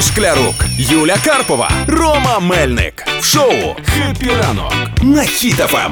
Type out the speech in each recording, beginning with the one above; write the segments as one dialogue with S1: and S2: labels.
S1: Шклярук, Юля Карпова, Рома Мельник. В шоу «Хеппі ранок» на Хіт-ФМ.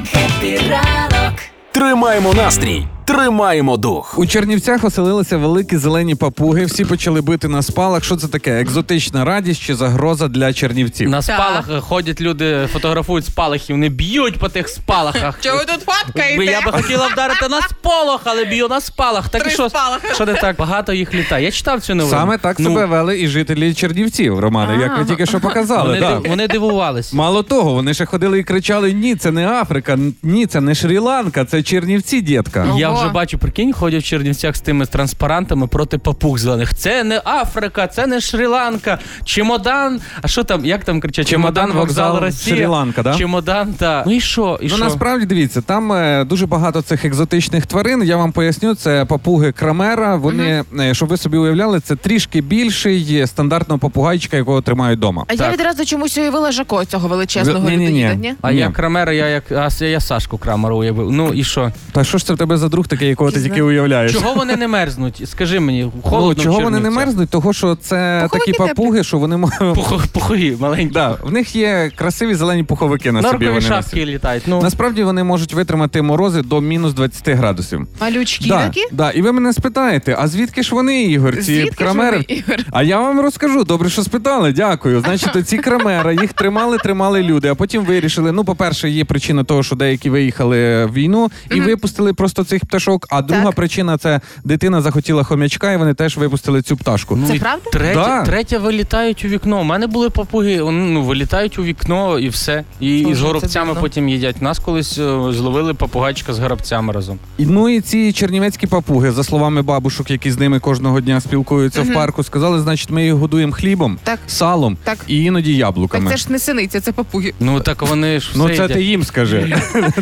S1: Тримаємо настрій, тримаємо дух.
S2: У Чернівцях оселилися великі зелені папуги. Всі почали бити на спалах. Що це таке? Екзотична радість чи загроза для чернівців?
S3: На спалах е, ходять люди, фотографують спалахи, вони б'ють по тих спалахах.
S4: Чого ви тут
S3: Бо
S4: фоткаєте?
S3: Я би хотіла вдарити на сполох, але б'ю на спалах. Так
S4: Три
S3: і що,
S4: спалахи.
S3: що не так? Багато їх літає. Я читав цю новину.
S2: Саме так
S3: Ну,
S2: себе вели і жителі Чернівців, Романе, як ви тільки що показали.
S3: Вони,
S2: да.
S3: див- вони дивувались.
S2: Мало того, вони ще ходили і кричали: ні, це не Африка, ні, це не Шрі-Ланка, це Чернівці, дітка.
S3: Я
S4: Ого.
S3: вже бачу, прикинь, ходять в Чернівцях з тими транспарантами проти папуг зелених. Це не Африка, це не Шрі-Ланка. Чемодан. А що там? Як там кричать?
S2: Чемодан, вокзал,
S3: Росія.
S2: Шрі-Ланка, да?
S3: Чемодан, так. Ну і що? І
S2: Ну
S3: що?
S2: насправді дивіться, там е, дуже багато цих екзотичних тварин. Я вам поясню, це папуги крамера. Вони, е, щоб ви собі уявляли, це трішки більший е, стандартного попугайчика, якого тримають вдома.
S4: А я
S3: Так.
S4: відразу чомусь уявила Жако цього величезного
S2: Ні-ні-ні.
S4: людоїда, ні?
S3: А
S2: Ні.
S3: я крамера, я як а, я Сашку крамеру уявив. Ну і що?
S2: Та що ж це в тебе за друг такий, якого ти тільки уявляєш?
S3: Чого вони не мерзнуть? Скажи мені,
S2: Ну,
S3: холодно. в
S2: чого вони не
S3: Чернівцях.
S2: мерзнуть? Того, що це
S4: Пуховики
S2: такі папуги, що вони м-
S3: Пух- Пухові маленькі.
S2: да, в них є красиві зелені пуховики на собі.
S3: Норкові
S2: Вони
S3: шапки
S2: носять.
S3: літають. Ну
S2: Насправді вони можуть витримати морози до мінус 20 градусів.
S4: Малючки
S2: Да,
S4: такі?
S2: да, і ви мене спитаєте, а звідки ж вони, Ігор? Ці
S4: Звідки ж
S2: крамери?
S4: вони, Ігор?
S2: А я вам розкажу. Добре, що спитали. Дякую. Значить, ці крамери їх тримали, тримали люди. А потім вирішили. Ну, по-перше, є причина того, що деякі виїхали в війну і випустили просто цих пташок. А друга
S4: Так.
S2: причина це дитина захотіла хомячка, і вони теж випустили цю пташку.
S4: Це
S3: і
S4: правда?
S3: Третя,
S2: Да.
S3: третя вилітають у вікно. У мене були папуги, вони, ну вилітають у вікно і все. І,
S4: Слухай,
S3: з
S4: це
S3: горобцями
S4: дивно.
S3: потім їдять. Нас колись е, зловили попугайчика з горобцями разом.
S2: І, Ну і ці чернівецькі папуги, за словами бабушок, які з ними кожного дня спілкуються в парку, сказали, значить, ми їх годуємо хлібом,
S4: Так.
S2: салом
S4: Так.
S2: і іноді яблуками.
S4: Так це ж не синиця, це папуги.
S3: Ну так вони ж все
S2: Ну це
S3: їдять.
S2: ти їм скажи.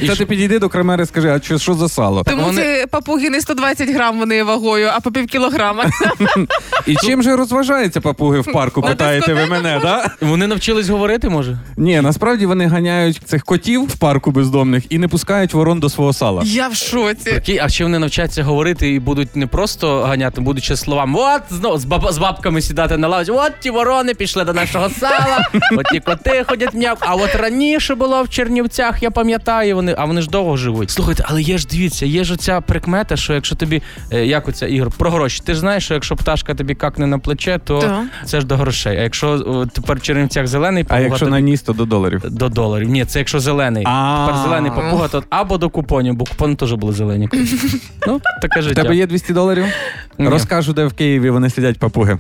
S2: Це ти підійди до крамери, скажи, а що, що за сало?
S4: Тому
S3: вони-
S4: ці папуги не 120 грам вони вагою, а по пів кілограма.
S2: І чим же розважаються папуги в парку? Питаєте ви мене, да?
S3: Вони навчились говорити, може?
S2: Ні, насправді вони ганяють цих котів в парку бездомних і не пускають ворон до свого сала.
S4: Я в шоці.
S3: Прикинь, а ще вони навчаться говорити і будуть не просто ганяти, будуть ще словами. От знову з, баба- з бабками сідати на лавці. От ті ворони пішли до нашого села, от ті коти ходять м'як. А от раніше було в Чернівцях, я пам'ятаю, вони, а вони ж довго живуть. Слухайте, але є ж дивіться, є ж оця прикмета, що якщо тобі, е, як оця ігор, про гроші. Ти ж знаєш, що якщо пташка тобі какне на плече, то
S4: Так.
S3: це ж до грошей. А якщо о, тепер в Чернівцях зелений
S2: А
S3: папуга,
S2: якщо
S3: тобі
S2: на ніс, то до доларів.
S3: до доларів. Ні, це якщо зелений.
S2: А.
S3: Тепер зелений папуга, то або до купонів, бо купони теж були зелені. Ну, таке
S2: У тебе
S3: життя.
S2: є 200 доларів?
S3: Ні.
S2: Розкажу, де в Києві вони сидять папуги.